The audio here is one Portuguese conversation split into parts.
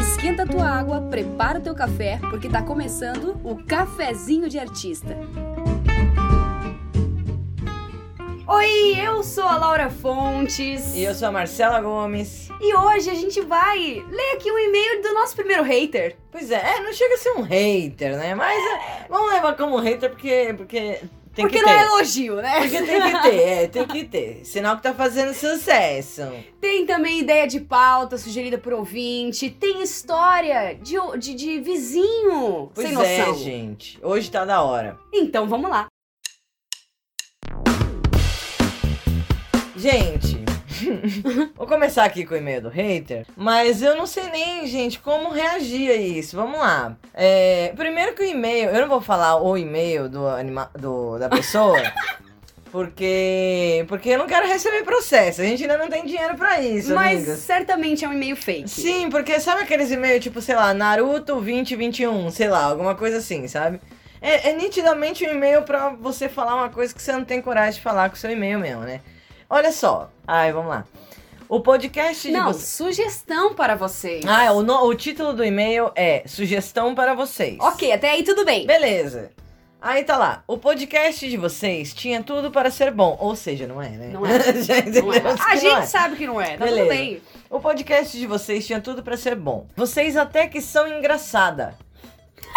esquenta a tua água, prepara o teu café, porque tá começando o Cafezinho de Artista. Oi, eu sou a Laura Fontes. E eu sou a Marcela Gomes. E hoje a gente vai ler aqui um e-mail do nosso primeiro hater. Pois é, é, não chega a ser um hater, né? Mas é, vamos levar como hater porque, porque tem porque que não ter. é elogio, né? Porque tem que ter, é, tem que ter. Sinal que tá fazendo sucesso. Tem também ideia de pauta sugerida por ouvinte. Tem história de, de, de vizinho Pois sem é, noção. gente. Hoje tá da hora. Então vamos lá. Gente, vou começar aqui com o e-mail do hater, mas eu não sei nem, gente, como reagir a isso. Vamos lá. É, primeiro que o e-mail, eu não vou falar o e-mail do, anima, do da pessoa. Porque, porque eu não quero receber processo. A gente ainda não tem dinheiro pra isso, Mas amigas. certamente é um e-mail fake. Sim, porque sabe aqueles e-mails tipo, sei lá, Naruto 2021, sei lá, alguma coisa assim, sabe? É, é nitidamente um e-mail pra você falar uma coisa que você não tem coragem de falar com o seu e-mail mesmo, né? Olha só. Ai, vamos lá. O podcast de Não, vocês- sugestão para vocês. Ah, o, no- o título do e-mail é Sugestão para vocês. Ok, até aí tudo bem. Beleza. Aí tá lá. O podcast de vocês tinha tudo para ser bom. Ou seja, não é, né? Não é. Já Não é. entendemos que A gente não é. sabe que não é, tá tudo Beleza. bem. O podcast de vocês tinha tudo pra ser bom. Vocês até que são engraçada.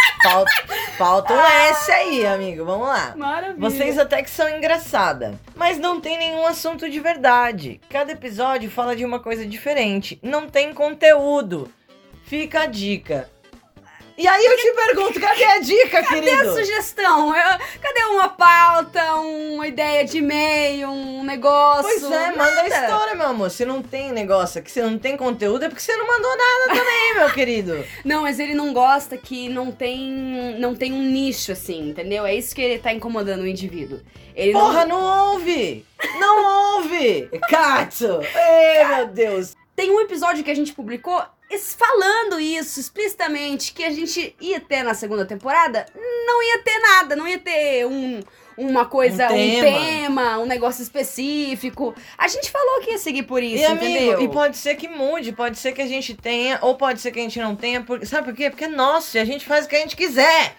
Falta, falta um S aí, amigo. Vamos lá. Maravilha. Vocês até que são engraçada, mas não tem nenhum assunto de verdade. Cada episódio fala de uma coisa diferente. Não tem conteúdo. Fica a dica. E aí eu te pergunto, cadê a dica, Cadê a querido? sugestão? Eu- Cadê uma pauta, uma ideia de e-mail, um negócio? Pois é, manda a Nada. história, meu amor. Se não tem negócio aqui, se não tem conteúdo, é porque você não mandou nada também, meu querido. Não, mas ele não gosta que não tem, não tem um nicho, assim, entendeu? É isso que ele tá incomodando o indivíduo. Ele não- Porra, não ouve! Não ouve! Cato! Ei, meu Deus! Tem um episódio que a gente publicou es- falando isso explicitamente, que a gente ia ter na segunda temporada, não ia ter nada, não ia ter um, uma coisa, um Um tema. um tema. negócio específico. A gente falou que ia seguir por isso, e amigo, entendeu? e pode ser que mude, pode ser que a gente tenha, ou pode ser que a gente não tenha, porque, sabe por quê? Porque é nosso e a gente faz o que a gente quiser!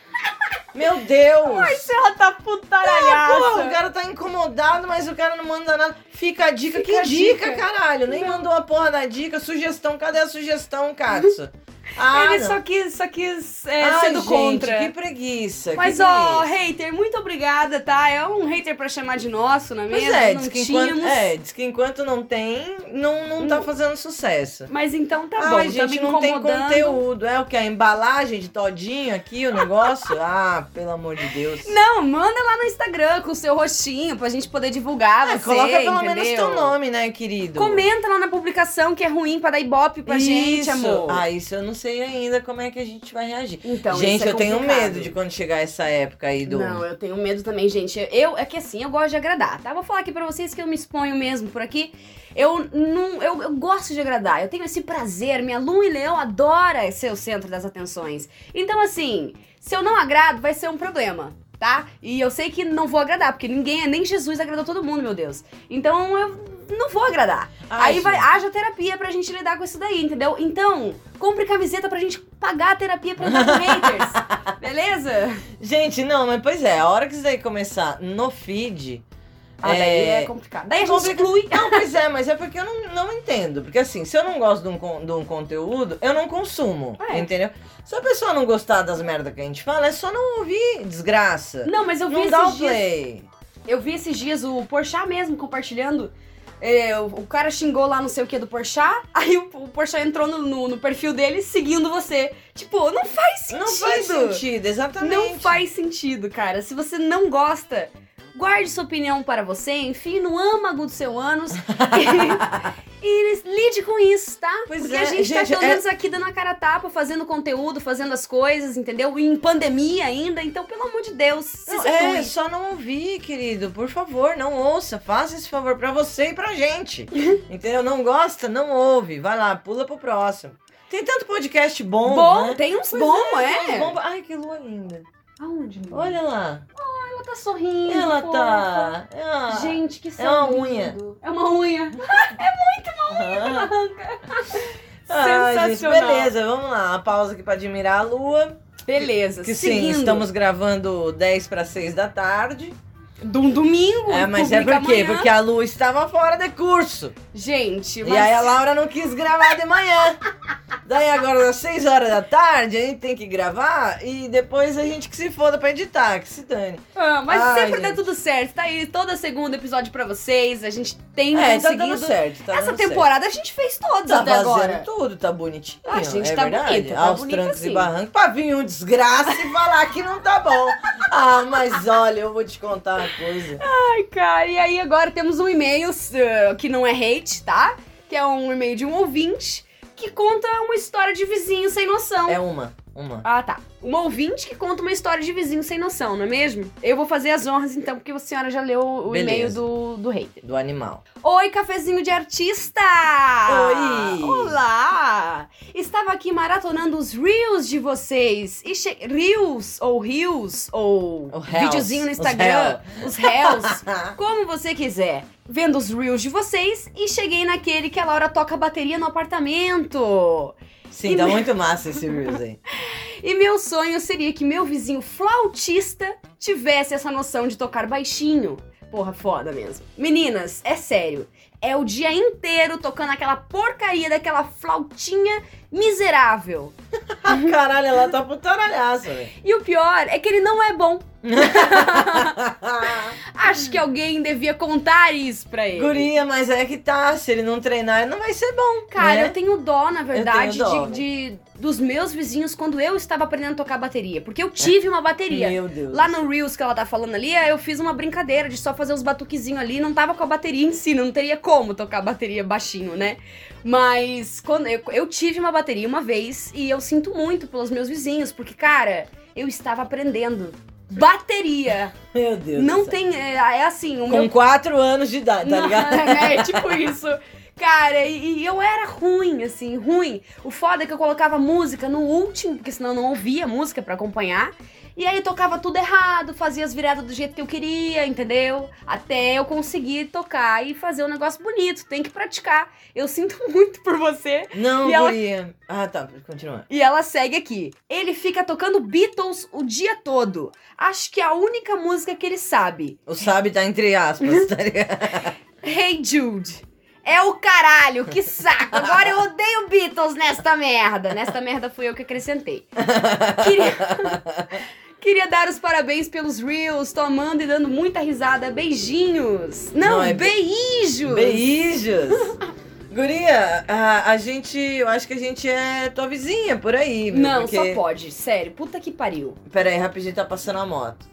Meu Deus! ela tá putaralhada. Porra, o cara tá incomodado, mas o cara não manda nada. Fica a dica, Fica que a dica, dica. caralho! Nem mandou a porra da dica, sugestão, cadê a sugestão, Katsu? Ah, Ele não. só quis, só quis é, Ai, ser do gente, contra. Que preguiça. que é Mas, ó, preguiça. hater, muito obrigada, tá? É um hater pra chamar de nosso, não é Pois mesmo? é não diz, que tínhamos. enquanto, é, diz que enquanto não tem, não, não tá fazendo sucesso. Mas então tá Ai, bom, tá me gente, não tem incomodando. conteúdo. É o que? A embalagem de todinho aqui, o negócio? ah, pelo amor de Deus. Não, manda lá no Instagram com o seu rostinho pra gente poder divulgar Ah, você, coloca pelo entendeu? menos teu nome, né, querido? Comenta lá na publicação que é ruim pra dar ibope pra gente, Isso. amor. Ah, isso eu não sei ainda como é que a gente vai reagir. Então, gente, isso é eu tenho complicado. medo de quando chegar essa época aí do. Não, eu tenho medo também, gente. Eu, é que assim, eu gosto de agradar, tá? Vou falar aqui pra vocês que eu me exponho mesmo por aqui. Eu não, eu, eu gosto de agradar, eu tenho esse prazer. Minha Lua e Leão adora ser o centro das atenções. Então, assim, se eu não agrado, vai ser um problema, tá? E eu sei que não vou agradar, porque ninguém, é, nem Jesus agradou todo mundo, meu Deus. Então, eu não vou agradar. Ai, Aí vai, gente. haja terapia pra gente lidar com isso daí, entendeu? Então, compre camiseta pra gente pagar a terapia pra lidar com haters, beleza? Gente, não, mas pois é, a hora que isso daí começar no feed. Ah, daí é complicado. Daí a gente Complica- exclui. Não, pois é, mas é porque eu não, não entendo. Porque assim, se eu não gosto de um, con- de um conteúdo, eu não consumo. É. Entendeu? Se a pessoa não gostar das merdas que a gente fala, é só não ouvir, desgraça. Não, mas eu vi Não dá esses o dias. play. Eu vi esses dias o Porchat mesmo compartilhando. É, o, o cara xingou lá não sei o que do Porchat, aí o, o Porchat entrou no, no- no perfil dele seguindo você. Tipo, não faz sentido. Não faz sentido, exatamente. Não faz sentido, cara. Se você não gosta, guarde sua opinião para você, enfim, no âmago do seu ânus. e, e lide com isso, tá? Pois Porque é, a gente, tá gente, pelo é- menos aqui dando a cara a tapa, fazendo conteúdo, fazendo as coisas, entendeu? E em pandemia ainda, então, pelo amor de Deus, se Não, situe. é, só não ouvir, querido. Por favor, não ouça. Faça esse favor pra você e pra gente. Entendeu? Não gosta, não ouve. Vai lá, pula pro próximo. Tem tanto podcast bom. Bom, é? né? tem uns Pois bom, tem é. uns bom. Ai, que lua linda. Aonde? Olha, Olha lá. ela tá sorrindo. Ela fofa. tá. Ah. Gente, que É uma sorriso. unha. É uma unha. Ah. Arranca. Ai, gente, Sensacional. beleza, vamos lá. Uma pausa aqui pra admirar a lua. Beleza, Que sim, seguindo. estamos gravando 10 para 6 da tarde. De um domingo. É, mas é publica por quê? amanhã. Porque a lua estava fora de curso. Gente, E mas- aí a Laura não quis gravar de manhã. Daí agora, às 6 horas da tarde, a gente tem que gravar e depois a gente que se foda pra editar, que se dane. Ah, mas Ai, sempre dá gente. tudo certo. Tá aí toda segunda episódio pra vocês. A gente tem é, tá conseguido. dando certo. Tá Essa dando certo. temporada a gente fez todas Tá até fazendo agora. tudo, tá bonitinho. Ah, gente, é tá verdade. bonito, tá Aos bonito trancos assim. e barrancos, pra vir um desgraça e falar que não tá bom. Ah, mas olha, eu vou te contar uma coisa. Ai, cara. E aí agora temos um e-mail eh, que não é hate, tá? Que é um e-mail de um ouvinte que conta uma história de vizinho sem noção. É uma, uma. Ah, tá. Uma ouvinte que conta uma história de vizinho sem noção, não é mesmo? Eu vou fazer as honras então, porque a senhora já leu o Beleza. e-mail do, do hater. Do animal. Oi, cafezinho de artista! Oi! Olá! Estava aqui maratonando os reels de vocês. E che... Reels, ou reels, ou O reels, videozinho no os Instagram. Os reels. Ah, como você quiser. Vendo os reels de vocês e cheguei naquele que a Laura toca bateria no apartamento. Sim, tá muito massa esse Reels aí. E meu sonho seria que meu vizinho flautista tivesse essa noção de tocar baixinho. Porra, foda mesmo. Meninas, é sério. É o dia inteiro tocando aquela porcaria daquela flautinha miserável. Ah, caralho, ela tá putaralhaça, velho. E o pior é que ele não é bom. Acho que alguém devia contar isso pra ele. Guria, mas é que tá. Se ele não treinar, ele não vai ser bom. Cara, né? eu tenho dó, na verdade, Eu tenho dó, de, de- dos meus vizinhos quando eu estava aprendendo a tocar bateria. Porque eu tive uma bateria. Meu Deus. Lá no Reels que ela tá falando ali, eu fiz uma brincadeira de só fazer os batuquezinhos ali, não tava com a bateria em si, não teria como tocar a bateria baixinho, né? Mas quando eu, eu tive uma bateria uma vez e eu sinto muito pelos meus vizinhos, porque, cara, eu estava aprendendo. Bateria! Meu Deus. não do céu. tem. É, é assim, o meu Com 4 anos de idade, tá não, ligado? É, tipo isso. Cara, e, e eu era ruim, assim, ruim. O foda é que eu colocava música no último, porque senão eu não ouvia música pra acompanhar. E aí tocava tudo errado, fazia as viradas do jeito que eu queria, entendeu? Até eu conseguir tocar e fazer um negócio bonito. Tem que praticar. Eu sinto muito por você. Não, E ela- guria. Ah, tá, continua. E ela segue aqui. Ele fica tocando Beatles o dia todo. Acho que é a única música que ele sabe. O sabe tá entre aspas, tá ligado? Hey Jude. É o caralho, que saco. Agora eu odeio Beatles nesta merda. Nesta merda fui eu que acrescentei. Queria, queria dar os parabéns pelos Reels, tomando e dando muita risada. Beijinhos. Não, Não, é be- beijos. Beijos! Guria, a, a gente. Eu acho que a gente é tua vizinha por aí, viu? Não, Porque... só pode. Sério, puta que pariu. Pera aí, rapidinho tá passando a moto.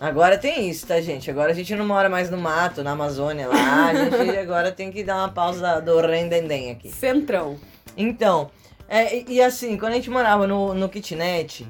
Agora tem isso, tá, gente? Agora a gente não mora mais no mato, na Amazônia lá. A gente agora tem que dar uma pausa do rendendem aqui. Centrão. Então, é, e, e assim, quando a gente morava no, no kitnet,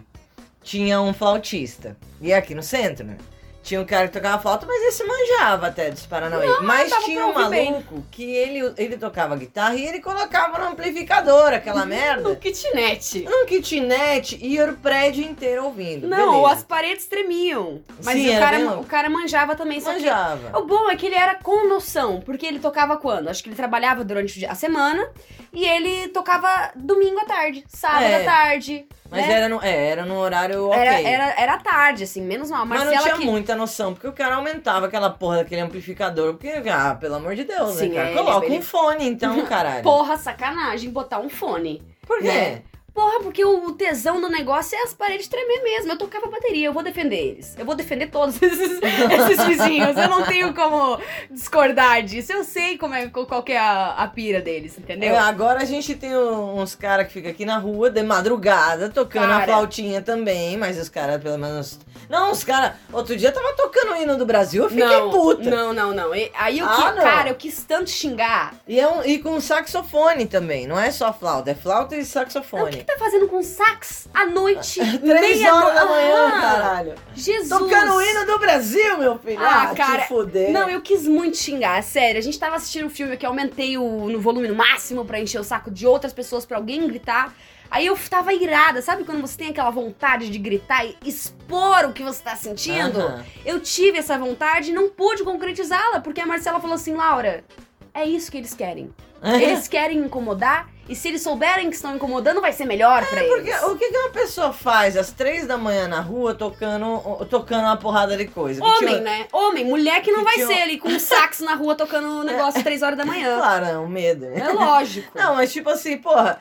tinha um flautista. E aqui no centro, né? Tinha um cara que tocava flauta, mas esse manjava até dos Paranauê. mas dava tinha pra um ouvir bem. maluco que ele, ele tocava guitarra e ele colocava no amplificador aquela No merda. kitnet. Num kitnet e era o prédio inteiro ouvindo. Não, beleza. as paredes tremiam. Mas Sim, o, era cara, bem ma- louco. o cara manjava também, só que manjava. O bom é que ele era com noção, porque ele tocava quando? Acho que ele trabalhava durante o dia- a semana e ele tocava domingo à tarde, sábado É. à tarde. Mas né? era, no, é, era num horário ok. era, era, era à tarde, assim, menos mal. Mas Marcela não tinha que. muita noção, porque o cara aumentava aquela porra daquele amplificador, porque, ah, pelo amor de Deus, Sim, né, cara? é, Coloca ele- um fone, então, caralho. Porra, sacanagem botar um fone. Por né? Porra, porque o tesão do negócio é as paredes tremer mesmo. Eu tocava bateria, eu vou defender eles. Eu vou defender todos esses, esses vizinhos. Eu não tenho como discordar disso. Eu sei como é, qual que é a, a pira deles, entendeu? É, agora a gente tem um- uns caras que ficam aqui na rua de madrugada tocando Cara. a flautinha também, mas os caras, pelo menos. Não, os caras. Outro dia tava tocando o hino do Brasil, eu fiquei não, puta. Não, não, não. E- Aí eu Ah, que, não. cara, eu quis tanto xingar. E, é um- e com saxofone também, não é só flauta, é flauta e Não, o que saxofone. tá fazendo com sax à noite? Três meia horas no- da manhã, Aham. é caralho. Ah! Jesus. Tocando o hino do Brasil, meu filho. Ah, Ah, cara, te fuder. Não, eu quis muito xingar, sério. A gente tava assistindo um filme que eu aumentei o, no volume no máximo pra encher o saco de outras pessoas, pra alguém gritar. Aí eu tava irada, sabe quando você tem aquela vontade de gritar e expor o que você tá sentindo? Aham. Eu tive essa vontade e não pude concretizá-la, porque a Marcela falou assim: Laura, é isso que eles querem. Eles querem incomodar e se eles souberem que estão incomodando, vai ser melhor pra É, Porque eles. o que que uma pessoa faz às três da manhã na rua tocando, tocando uma porrada de coisa? Que Homem, tio- né? Homem, mulher que não que vai tinha- ser ali com um sax na rua tocando o negócio três horas da manhã. Claro, é um medo. né? É lógico. Não, mas tipo assim, porra,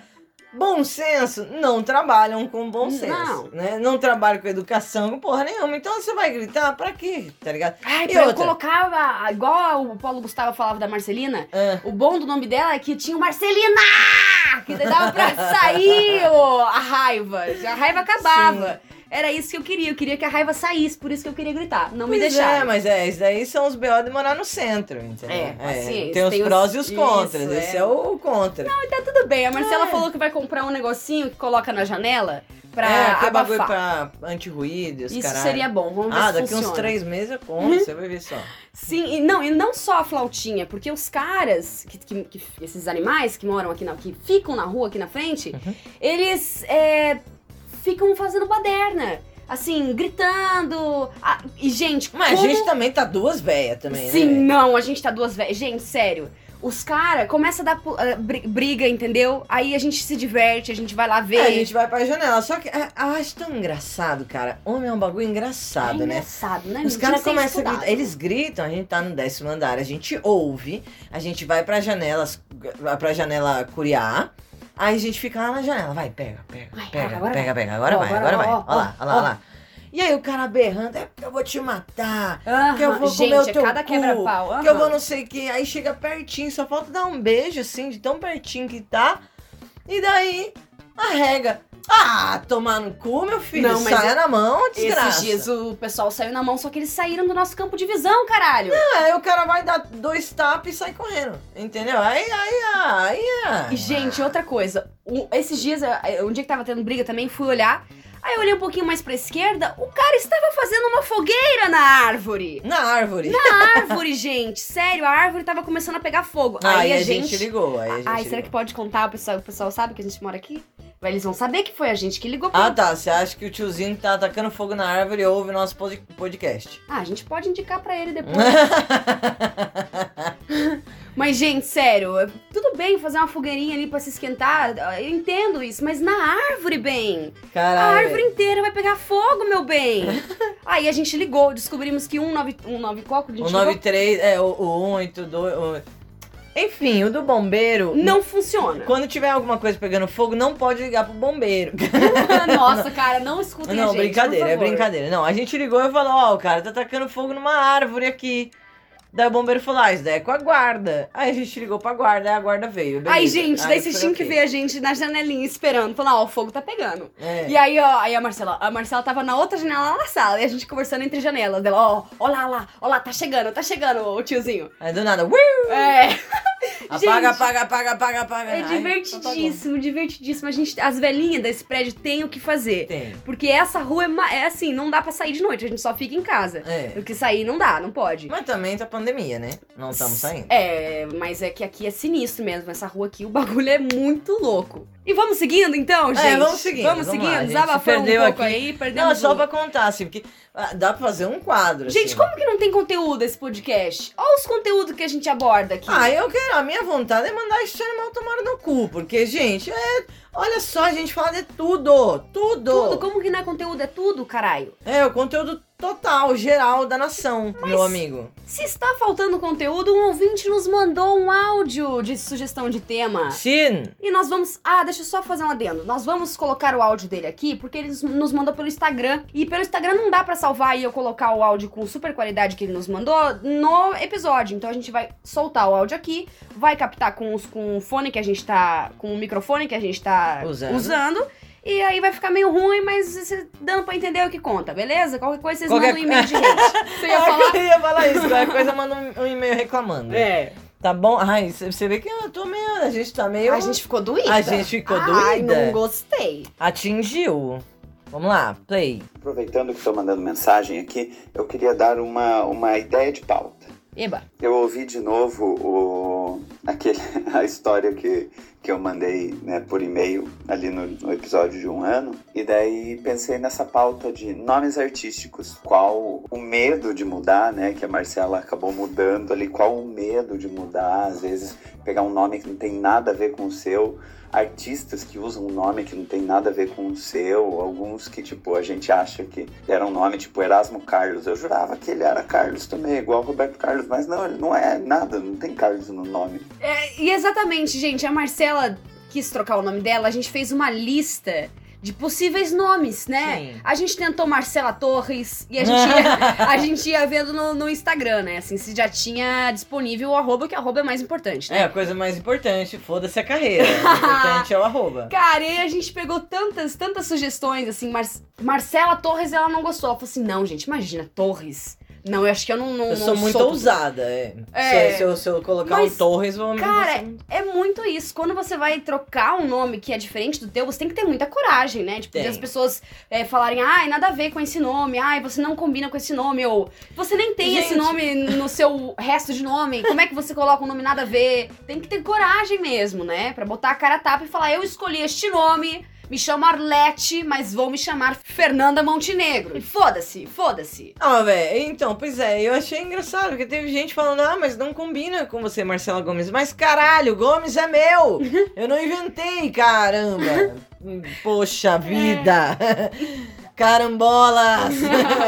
bom senso, não trabalham com bom Não. senso, né? Não trabalham com educação, com porra nenhuma. Então você vai gritar pra quê, tá ligado? Ai, E pra eu outra? colocar, a- igual o Paulo Gustavo falava da Marcelina, Ah, o bom do nome dela é que tinha o Marcelina! Que daí dava pra sair ô, a raiva. A raiva acabava. Era isso que eu queria. Eu queria que a raiva saísse, por isso que eu queria gritar. Não me pois É, deixar. mas é, isso daí são os B.O. de morar no centro, entendeu? É, paciência, tem os tem os- prós e os contras, isso, esse é. é o contra. Não, Tá Tudo bem, a Marcela É. falou que vai comprar um negocinho que coloca na janela pra é, aquele bagulho abafar. pra antirruído, e os Isso caralho. seria bom, vamos ver Ah, se daqui funciona. uns três meses eu compro, você vai ver só. Sim, e não, e não só a flautinha, porque os caras, que, que- que- esses animais que moram aqui, na, que ficam na rua aqui na frente, Uhum. eles é, ficam fazendo baderna. Assim, gritando. Ah, e, gente, Mas como... a gente também tá duas velhas também, Sim, né? não, a gente tá duas velhas. Gente, sério. Os caras começam a dar pu- ah, bri- briga, entendeu? Aí a gente se diverte, a gente vai lá ver. É, a gente vai pra janela. Só que é, eu acho tão engraçado, cara. Homem é um bagulho É engraçado, né? engraçado, né? Os gente? caras Isso é começam a estudado. gritar. Eles gritam, a gente tá no décimo andar, a gente ouve, a gente vai pra janelas, pra janela curiar. Aí a gente fica lá na janela, vai, pega, pega, Vai, pega, agora pega, pega, agora Ó, vai, agora agora vai, vai. ó, Ó lá, ó, ó lá, ó. ó lá. E aí o cara berrando, é porque eu vou te matar, Aham, que eu vou gente, comer o é teu cada cu, quebra-pau. que eu aham. vou não sei o que. Aí chega pertinho, só falta dar um beijo, assim, de tão pertinho que tá. E daí, arrega. Ah, tomar no cu, meu filho. Não, mas Saia eu- na mão, desgraça. Esses dias o pessoal saiu na mão, só que eles saíram do nosso campo de visão, caralho. É, Aí o cara vai dar dois tapas e sai correndo. Entendeu? Aí, aí, aí. aí. E, gente, outra coisa. o- esses dias, eh, um dia que tava tendo briga também, fui olhar. Aí eu olhei um pouquinho mais pra esquerda, o cara estava fazendo uma fogueira na árvore. Na árvore. Na árvore, gente. Sério, a árvore tava começando a pegar fogo. Aí, a gente, ligou. Aí a gente Ai, ligou. será que pode contar? O pessoal, o pessoal sabe que a gente mora aqui? Vai, Eles vão saber que foi a gente que ligou pra Ah, tá. Você acha que o tiozinho que tá atacando fogo na árvore ouve o nosso pod- podcast? Ah, a gente pode indicar pra ele depois. mas, gente, sério, é- tudo bem fazer uma fogueirinha ali pra se esquentar, eu entendo isso, mas na árvore, bem. A Caralho. árvore inteira vai pegar fogo, meu bem. Aí a gente ligou, descobrimos que 19 coco, a gente O ligou, 93, é, o, o 182. O... Enfim, o do bombeiro. não funciona. Quando tiver alguma coisa pegando fogo, não pode ligar pro bombeiro. Nossa, cara, não escutem a Não, gente, brincadeira, por é favor. brincadeira. Não, a gente ligou e falou, ó, o cara tá tacando fogo numa árvore aqui. Daí o bombeiro falou, ah, isso daí é com a guarda. Aí a gente ligou pra guarda, aí a guarda veio. beleza. Aí, gente, daí Aí vocês foi tinham que ok. ver a gente na janelinha esperando, falando, ó, o fogo tá pegando. É. E aí, ó, aí a Marcela, a Marcela tava na outra janela lá na sala, e a gente conversando entre janelas dela, ó, ó lá, ó lá, ó lá, tá chegando, tá chegando o tiozinho. Aí do nada, uiu, É, Gente, apaga, apaga, apaga, apaga, apaga. é Ai, então tá divertidíssimo, divertidíssimo. A gente, as velhinhas desse prédio tem o que fazer. Tem. Porque essa rua é, ma- é assim, não dá pra sair de noite, a gente só fica em casa. É. Porque sair não dá, não pode. Mas também tá pandemia, né? Não estamos saindo. É, mas é que aqui é sinistro mesmo. Essa rua aqui, o bagulho é muito louco. E vamos seguindo então, gente? É, vamos seguindo, Vamos, vamos lá, seguindo, gente. desabafando um Perdeu pouco aqui. aí, perdemos Não, só o- pra contar, assim, porque ah, dá pra fazer um quadro. Gente, assim. como que não tem conteúdo esse podcast? Olha os conteúdos que a gente aborda aqui. Ah, eu quero. A minha vontade é mandar esse animal tomar no cu, porque, gente, é. Olha só, a gente fala de tudo. Tudo. tudo, como que não é conteúdo? É tudo, caralho. É, o conteúdo total, geral da nação, meu amigo. Se está faltando conteúdo, um ouvinte nos mandou um áudio de sugestão de Ah. tema. Sim. E nós vamos. Ah, deixa eu só fazer um adendo. Nós vamos colocar o áudio dele aqui, porque ele nos- nos mandou pelo Instagram. E pelo Instagram não dá pra salvar e eu colocar o áudio com super qualidade que ele nos mandou no episódio. Então a gente vai soltar o áudio aqui, vai captar com, os, com o fone que a gente tá. Com o microfone que a gente tá Usando. usando, e aí vai ficar meio ruim, mas cê- dando pra entender o que conta, beleza? Qualquer coisa vocês Qualquer mandam um e-mail de gente. Você ia falar? É Eu ia falar isso, qualquer coisa manda um, um e-mail reclamando. É. Tá bom? Ai, você você vê que eu tô meio. A gente tá meio. A gente ficou doída. A gente ficou Ai, doída? não gostei. Atingiu. Vamos lá, play. Aproveitando que estou mandando mensagem aqui, eu queria dar uma, uma ideia de pauta. Eba. Eu ouvi de novo o, aquele, a história que, que eu mandei né, por e-mail ali no, no episódio de um ano. E daí pensei nessa pauta de nomes artísticos. Qual o medo de mudar, né? Que a Marcela acabou mudando ali. Qual o medo de mudar? Às vezes pegar um nome que não tem nada a ver com o seu. Artistas que usam um nome que não tem nada a ver com o seu. Alguns que, tipo, a gente acha que era um nome, tipo, Erasmo Carlos. Eu jurava que ele era Carlos também, igual Roberto Carlos. Mas não, ele não é nada. Não tem Carlos no nome. É, e exatamente, gente, a Marcela quis trocar o nome dela, a gente fez uma lista de possíveis nomes, né? Sim. A gente tentou Marcela Torres e a gente ia, a gente ia vendo no, no Instagram, né? Assim, se já tinha disponível o arroba, que arroba é mais importante, né? É, a coisa mais importante, foda-se a carreira. O importante é o arroba. Cara, e a gente pegou tantas, tantas sugestões, assim, Mar Marcela Torres, ela não gostou. Ela falou assim, não, gente, imagina, Torres. Não, eu acho que eu não, não Eu não sou muito ousada, Um é. É. Se, eu, se eu- se eu colocar Mas, um Torres, vou me Cara, é muito isso. Quando você vai trocar um nome que é diferente do teu, você tem que ter muita coragem, né? Tipo, de Tem. as pessoas é, falarem, ai, nada a ver com esse nome, ai, você não combina com esse nome, ou você nem tem esse Gente. nome no seu resto de nome, como é que você coloca um nome nada a ver? Tem que ter coragem mesmo, né? Pra botar a cara a tapa e falar, eu escolhi este nome. Me chamo Arlete, mas vou me chamar Fernanda Montenegro. E Foda-se, foda-se. Ah, velho, então, pois é, eu achei engraçado, porque teve gente falando, ah, mas não combina com você, Marcela Gomes. Mas caralho, Gomes é meu! Eu não inventei, caramba! Poxa vida! Carambolas!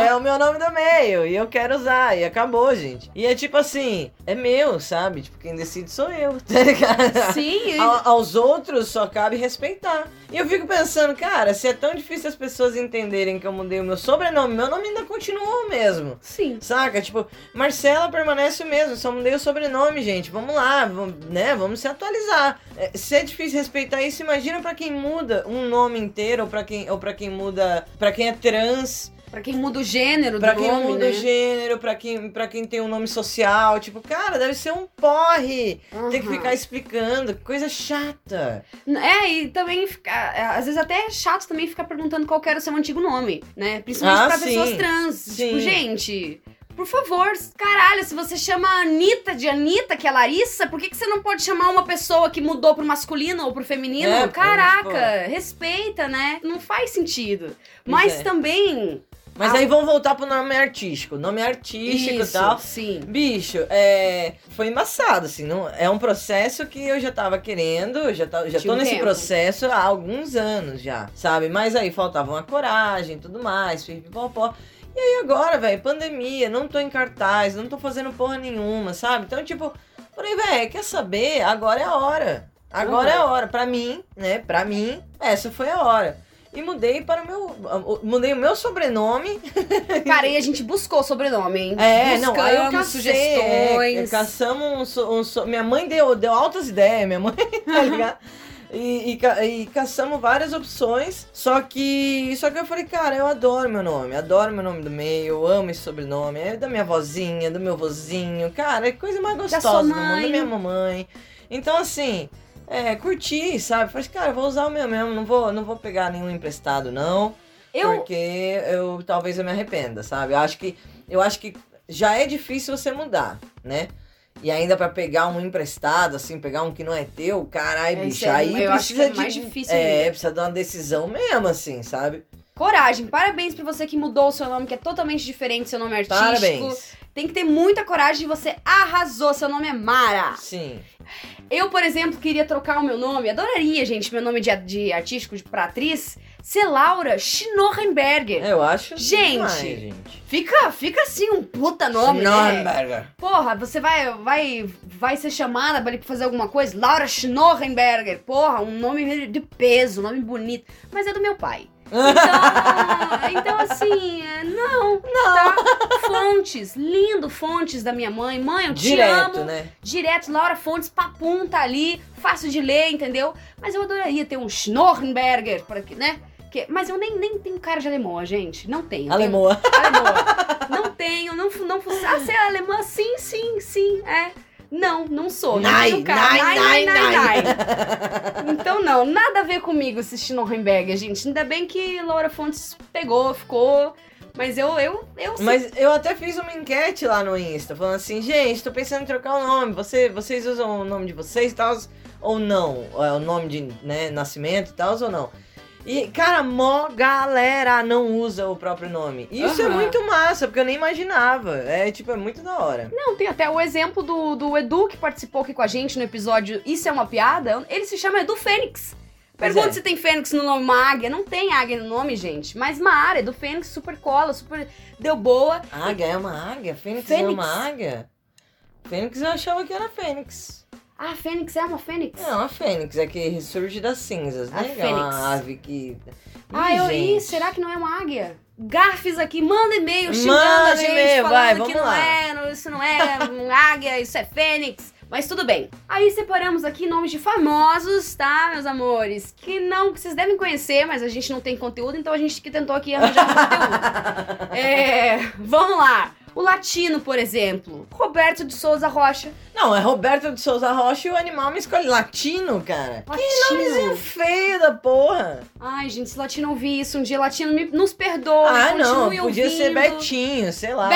é o meu nome do meio e eu quero usar, e acabou, gente. E é tipo assim, é meu, sabe? Tipo, quem decide sou eu, tá ligado? Sim, e- A- aos outros só cabe respeitar. E eu fico pensando, cara, se é tão difícil as pessoas entenderem que eu mudei o meu sobrenome, meu nome ainda continua o mesmo. sim. Saca? Tipo, Marcela permanece o mesmo, só mudei o sobrenome, gente. Vamos lá, vamos, né? Vamos se atualizar. É, Se é difícil respeitar isso, imagina pra quem muda um nome inteiro, ou pra quem, ou pra quem muda. pra quem é trans, Pra quem muda o gênero pra do quem nome, muda né? o gênero, pra quem, pra quem tem um nome social. Tipo, cara, deve ser um porre. Tem que Aham. ficar explicando, que coisa chata. É, e também fica, é, às vezes até é chato também ficar perguntando qual que era o seu antigo nome, né? Principalmente Ah, pra sim. pessoas trans. Tipo, Sim. gente, por favor, caralho, se você chama a Anitta de Anitta, que é Larissa, por que, que você não pode chamar uma pessoa que mudou pro masculino ou pro feminino? É, pô, Caraca, pô. respeita, né? Não faz sentido. Pois Mas é. também. Mas Ah. aí vamos voltar pro nome artístico. Nome artístico e isso, tal. Sim. Bicho, é, foi embaçado, assim, não, é um processo que eu já tava querendo, eu já, tá, já Tinha tô um nesse tempo. processo há alguns anos já, sabe? Mas aí faltava uma coragem e tudo mais, pipipopó. E aí agora, velho, pandemia, não tô em cartaz, não tô fazendo porra nenhuma, sabe? Então, tipo, falei, velho, quer saber? Agora é a hora. Agora é Uhum. a hora. Pra mim, né? Pra mim, essa foi a hora. E mudei para o meu. ah, Mudei o meu sobrenome Cara, e a gente buscou o sobrenome, hein? é, assim, Buscamos não, aí eu cacei, é, sugestões. caçamos um, so- um so- Minha mãe deu, deu altas ideias, minha mãe, tá ligado? E, e, ca- e caçamos várias opções, só que só que eu falei, cara, eu adoro meu nome, adoro meu nome do meio, eu amo esse sobrenome, é da minha vozinha, do meu vozinho, cara, é coisa mais sua gostosa do mundo, mãe. da minha mamãe. Então, assim, é, curti, sabe? Falei, assim, cara, eu vou usar o meu mesmo, não vou, não vou pegar nenhum emprestado, não. eu, Porque eu talvez eu me arrependa, sabe? Eu acho que eu acho que já é difícil você mudar, né? E ainda pra pegar um emprestado, assim, pegar um que não é teu, carai, É, bicho, isso é- aí eu acho precisa que é de mais difícil É, precisa de uma decisão mesmo assim, sabe? Coragem, parabéns pra você que mudou o seu nome, que é totalmente diferente do seu nome é artístico. Parabéns. Tem que ter muita coragem, você arrasou, seu nome é Mara. Sim. Eu, por exemplo, queria trocar o meu nome, adoraria, gente, meu nome de, de artístico de, pra atriz, ser Laura Schnorrenberger. É, Eu acho. Gente. demais, gente. Fica, fica assim, um puta nome, né? Schnurrenberger. Porra, você vai, vai, vai ser chamada pra, pra fazer alguma coisa? Laura Schnorrenberger, porra, um nome de peso, um nome bonito, mas é do meu pai. Então, então assim, é, não, tá? Fontes, lindo Fontes da minha mãe. Mãe, eu te Direto, amo. né? Direto, Laura Fontes, papum, tá ali, fácil de ler, entendeu? Mas eu adoraria ter um Schnorrenberger, por aqui, né? Que, mas eu nem, nem tenho cara de alemão, gente. Não tenho. Alemoa. Tenho, alemã. Não tenho, não, fu- não fu- Ah, você é alemã? Sim, sim, sim, é. Não, não sou. Não Nein, tenho cara. nein, nein, nein, nein, nein. Então não, nada a ver comigo esse Schnorrenberger, gente. Ainda bem que Laura Fontes pegou, ficou. Mas eu, eu, eu sim. Mas eu até fiz uma enquete lá no Insta, falando assim, gente, tô pensando em trocar o nome. Você, vocês usam o nome de vocês e tal, ou não? É, O nome de né, nascimento e tal, ou não? E, cara, mó galera não usa o próprio nome. E isso é Aham. muito massa, porque eu nem imaginava. É, tipo, é muito da hora. Não, tem até o exemplo do, do Edu que participou aqui com a gente no episódio Isso é uma Piada. Ele se chama Edu Fênix. Pois Pergunta é. se tem Fênix no nome, uma águia. Não tem águia no nome, gente. Mas Mara, Edu Fênix, super cola, super deu boa. Águia é uma águia? Fênix, é Fênix. uma águia? Fênix eu achava que era Fênix. Ah, Fênix é uma Fênix? Não, a Fênix é que ressurge das cinzas, né? A É uma Fênix. ave que. Ah, eu gente. ih, será que não é uma águia? Garfes aqui, manda e-mail xingando Manda a gente, e-mail, falando vai, que vamos não lá. é, não- isso não é um águia, isso é fênix. Mas tudo bem. Aí separamos aqui nomes de famosos, tá, meus amores? Que não, que vocês devem conhecer, mas a gente não tem conteúdo, então a gente que tentou aqui arranjar um conteúdo. É, vamos lá. O latino, por exemplo. Roberto de Souza Rocha. Não, é Roberto de Souza Rocha e o animal me escolhe latino, cara. Latino. Nomezinho feio da porra. Ai, gente, se latino ouvir isso um dia, latino me- nos perdoa. ah, não, continue podia ser ouvindo. Betinho, sei lá.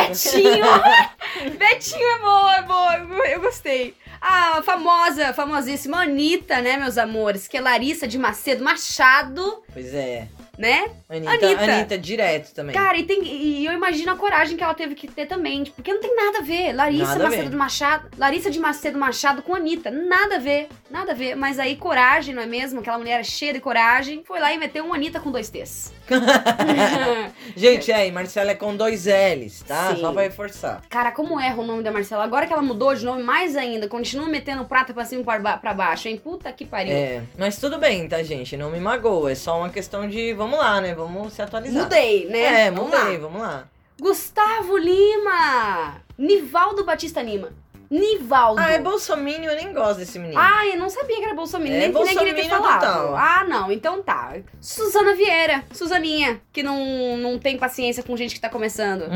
Betinho! Betinho é boa, é boa, eu go- eu gostei. A famosa, famosíssima Anitta, né, meus amores? Que é Larissa de Macedo Machado, pois é. né? Anitta, Anitta. Anitta, direto também. Cara, e, tem- e eu imagino a coragem que ela teve que ter também, tipo, porque não tem nada a ver. Larissa Nada a Macedo ver. de Machado, Larissa de Macedo Machado com Anitta, nada a ver, nada a ver. Mas aí coragem, não é mesmo? Aquela mulher é cheia de coragem, foi lá e meteu um Anitta com dois T's. Gente, é, e Marcela é com dois L's, tá? Sim. Só pra reforçar. Cara, como erra o nome da Marcela? Agora que ela mudou de nome, mais ainda, continua metendo prata pra cima e pra ba- pra baixo, hein? Puta que pariu. É, mas tudo bem, tá, gente? Não me magoa. É só uma questão de. Vamos lá, né? Vamos se atualizar. Mudei, né? É, Vamos mudei, lá. vamos lá. Gustavo Lima! Nivaldo Batista Lima. Nivaldo. Ah, é Bolsominion, eu nem gosto desse menino. Ah, eu não sabia que era Bolsonaro, É nem, nem queria ter bolsominion falado. total. Ah, não, então tá. Suzana Vieira, Suzaninha, que não, não tem paciência com gente que tá começando.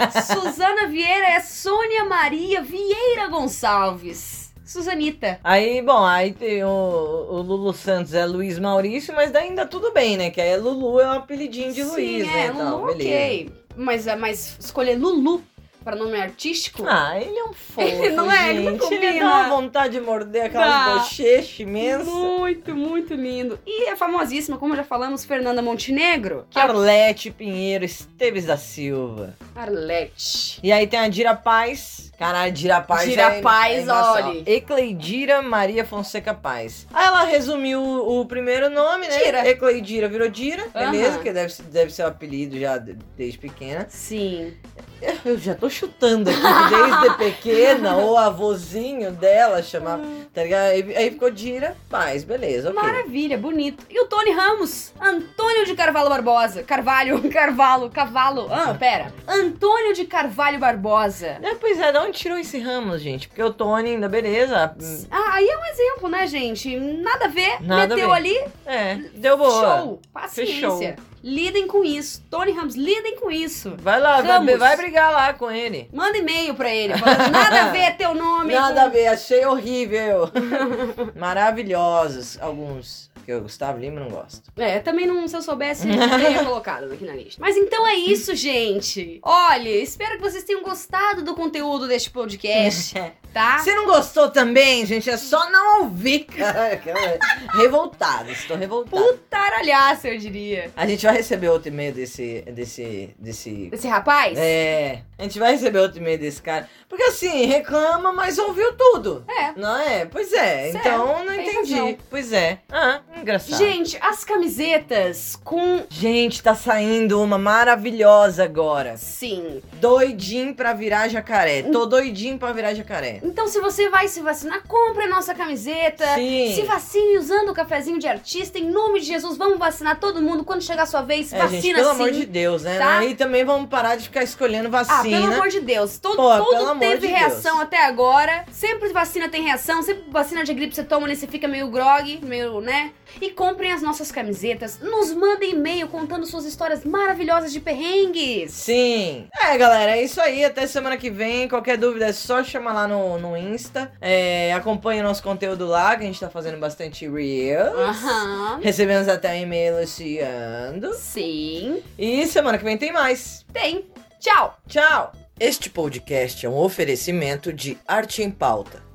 Ah. Suzana Vieira é Sônia Maria Vieira Gonçalves. Suzanita. aí, bom, aí tem o, o Lulu Santos é Luiz Maurício, mas daí ainda tudo bem, né? Que aí é Lulu é um apelidinho de Sim, Luiz, é, né? Lulu, Então, beleza. ok. Mas, mas escolher Lulu para nome artístico? Ah, ele é um fofo, Ele não é, ele não gente. combina. dá uma vontade de morder aquelas Dá. bochechas imensas. muito, muito lindo. E a famosíssima, como já falamos, Fernanda Montenegro, que é Arlete Pinheiro Esteves da Silva. a Arlete. E aí tem a Dira Paz. Caralho, Dira Paz. Dira é, Paz, embaçado. olhe. Ecleidira Maria Fonseca Paz. Aí ela resumiu o primeiro nome, né? Dira. Ecleidira virou Dira, Aham. beleza? Que deve, deve ser o apelido já de- desde pequena. Sim. Eu já tô chutando aqui, que desde pequena, o avôzinho dela chamava, tá ligado? Aí, aí ficou Dira Paz, beleza, ok. Maravilha, bonito. E o Tony Ramos? Antônio de Carvalho Barbosa. Carvalho, Carvalho, Cavalo. Ah, pera. Antônio de Carvalho Barbosa. É, pois é, de onde tirou esse Ramos, gente? Porque o Tony ainda, beleza. Ah, aí é um exemplo, né, gente? Nada a ver. Nada a Meteu ver. ali, É, deu boa. Show! Paciência. Fechou. Lidem com isso. Tony Ramos, lidem com isso. Vai lá, vai, Ramos. vai brigar lá com ele. Manda e-mail pra ele. Falando, nada a ver teu nome. Nada a com... ver, achei horrível. Maravilhosos, alguns. Que o Gustavo Lima não gosta. É, também não, se eu soubesse, eu teria colocado aqui na lista. Mas então é isso, gente. Olha, espero que vocês tenham gostado do conteúdo deste podcast, É. tá? Se não gostou também, gente, é só não ouvir. Caraca, revoltado, estou revoltado. Putaralhaço, eu diria. A gente vai receber outro e-mail desse. desse. desse. Esse rapaz? É. A gente vai receber outro e-mail desse cara. Porque assim, reclama, mas ouviu tudo. É. Não é? Pois é, Certo, então não tem entendi. razão. Pois é. Ah, engraçado. Gente, as camisetas com. Gente, tá saindo uma maravilhosa agora. Sim. Doidinho pra virar jacaré. Hum. Tô doidinho pra virar jacaré. Então, se você vai se vacinar, compre a nossa camiseta. Sim. Se vacine usando o cafezinho de artista. Em nome de Jesus, vamos vacinar todo mundo. Quando chegar a sua vez, É, vacina gente, pelo sim. amor de Deus, né? assim, tá? Aí também vamos parar de ficar escolhendo Ah, vacina. pelo amor de Deus. Todo, né? Pô, tudo pelo amor teve de Deus. reação até agora. Sempre vacina tem reação. Sempre vacina de gripe você toma, né? Você fica meio grog, meio, né? E comprem as nossas camisetas, nos mandem e-mail contando suas histórias maravilhosas de perrengues. Sim. É, galera, é isso aí. Até semana que vem. Qualquer dúvida é só chamar lá no, no Insta. É, acompanhe o nosso conteúdo lá, que a gente tá fazendo bastante reels. Aham. Recebemos até um e-mail elogiando. Sim. E semana que vem tem mais. Tem. Tchau. Tchau! Este podcast é um oferecimento de Arte em Pauta.